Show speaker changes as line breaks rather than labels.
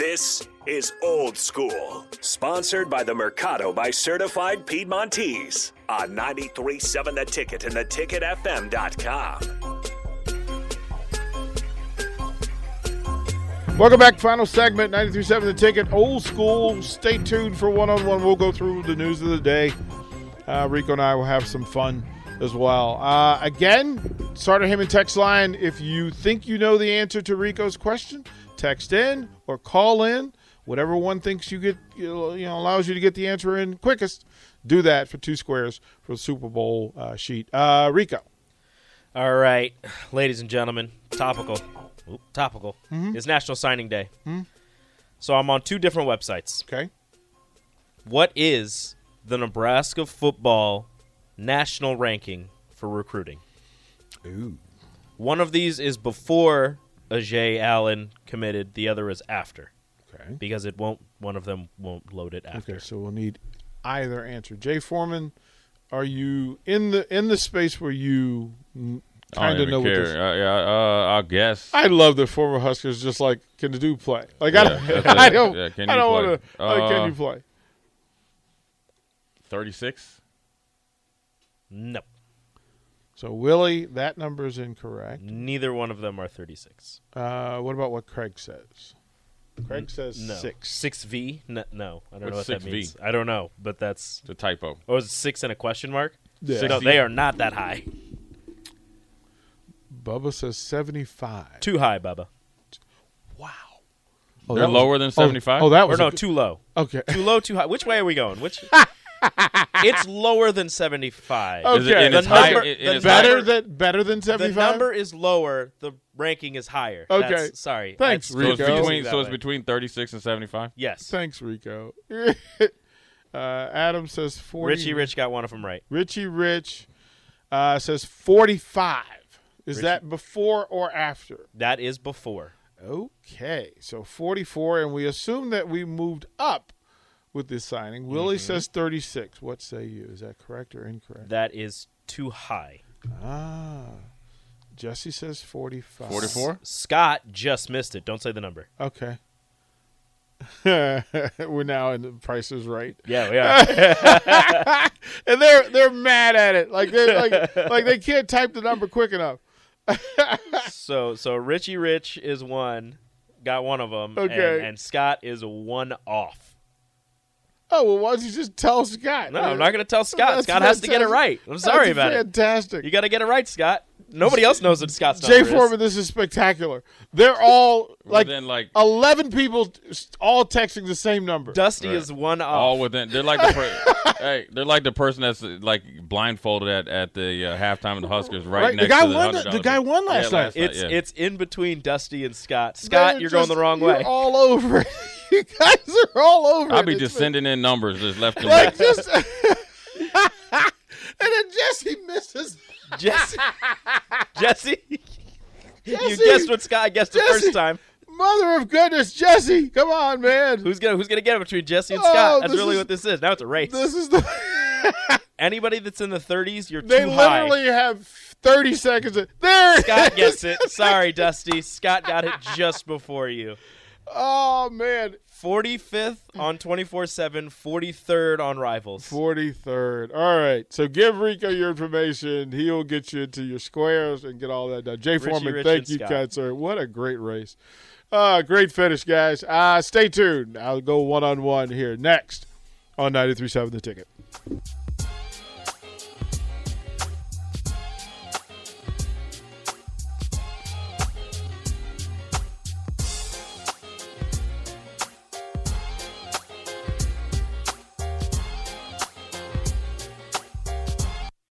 This is Old School, sponsored by the Mercado by Certified Piedmontese on 937 The Ticket and theticketfm.com.
Welcome back. Final segment, 93.7 The Ticket. Old school. Stay tuned for one-on-one. We'll go through the news of the day. Uh, Rico and I will have some fun as well. Uh, again, Starter Heyman text line. If you think you know the answer to Rico's question, text in or call in. Whatever one thinks you get, you know, you know, allows you to get the answer in quickest, do that for two squares for the Super Bowl uh, sheet. Uh, Rico.
All right, ladies and gentlemen, topical. Oop, topical.
Mm-hmm.
It's National Signing Day. So I'm on two different websites.
Okay.
What is the Nebraska football national ranking for recruiting?
Ooh.
One of these is before Ajay Allen committed, the other is after
Okay.
because it won't one of them won't load it after.
Okay, so we'll need either answer. Jay Foreman, are you in the in the space where you
I
kind
don't
of
even
know
care.
what this?
Uh, yeah, uh, I guess.
I love the former Huskers. Just like, can the dude play? Like, I don't,
that's
I
it.
don't,
Yeah, can
I
you
don't
play?
want to. like, can
Uh,
you play?
36?
No,
So Willie, that number is incorrect.
neither one of them are 36.
Uh, what about what Craig says? Craig says
No,
six.
six V. No, no. I don't
What's
know what that
6V?
means. I don't know, but that's
It's a typo.
or is it six and a question mark?
Yeah.
No, they are not that high.
Bubba says seventy-five.
Too high, Bubba.
Wow. Oh,
They're
that was-
lower than
oh,
75?
Oh, that
Or
was
no,
a-
too low.
okay.
Too low, too high. Which way are we going? Which? it's lower than 75.
Oh,
Is it,
Okay.
and
The
it's higher-
number-
and
the
it's
Better
higher-
than better than
the
seventy-five.
number is lower. The ranking is higher.
Okay.
That's- sorry.
Thanks,
That's-
So it's
Rico.
between.
That
So it's
way.
between 36 and 75.
Yes.
Thanks, Rico. uh, Adam says 40.
Richie Rich got one of them right.
Richie Rich uh, says 45. Is
Richie-
that before or after?
That is before.
Okay. So 44, and we assume that we moved up with this signing. Willie
Mm-hmm.
says 36. What say you? Is that correct or incorrect?
That is too high.
ah. Jesse says 45.
44.
Scott just missed it. Don't say the number.
Okay. We're now in the Price is Right.
Yeah, we are.
and they're they're mad at it. Like they like like they can't type the number quick enough.
so so Richie Rich is one, got one of them,
Okay.
and, and Scott is one off.
Oh well, why don't you just tell Scott?
No, I'm not going to tell Scott.
That's
Scott has to get it
fantastic.
right. I'm sorry
Oh, That's
about it.
fantastic.
You got to get it right, Scott. Nobody else knows that Scott's
Jay
number is.
Foreman, this is spectacular. They're all like, uh,
within like
eleven people, s- all texting the same number.
Dusty
Right.
is one
all
off.
within. They're like the per- hey, they're like the person that's uh, like blindfolded at at the uh, halftime of the Huskers right,
Right, the
next
guy
to the
won the-
$100
the guy won
bill.
last
Yeah,
night.
It's
yeah.
it's in between Dusty and Scott.
They're
Scott, you're going
just-
the wrong
you're
way.
all over. it. you guys are all over.
I'll
it.
be
It's
just
fan-
sending in numbers just left and
like
right.
just. and then Jesse misses.
Jesse, Jesse, you
Jesse!
guessed what Scott guessed the
Jesse!
first time.
Mother of goodness, Jesse! Come on, man.
Who's gonna Who's gonna get it between Jesse and
Oh,
Scott? That's
this
really
is-
what this is. Now it's a race.
This is the.
Anybody that's in the 30s, you're
they
too high.
literally have 30 seconds. of- there. it
Scott
is!
gets it. Sorry, Dusty. Scott got it just before you.
Oh man.
45th on 24/7, 43rd on Rivals.
43rd. All right. So give Rico your information. He'll get you into your squares and get all that done. Jay Foreman,
Rich,
thank
and
you,
Scott.
kind sir. What a great race. Uh, great finish, guys. Uh, stay tuned. I'll go one on one here next on 93.7 The Ticket.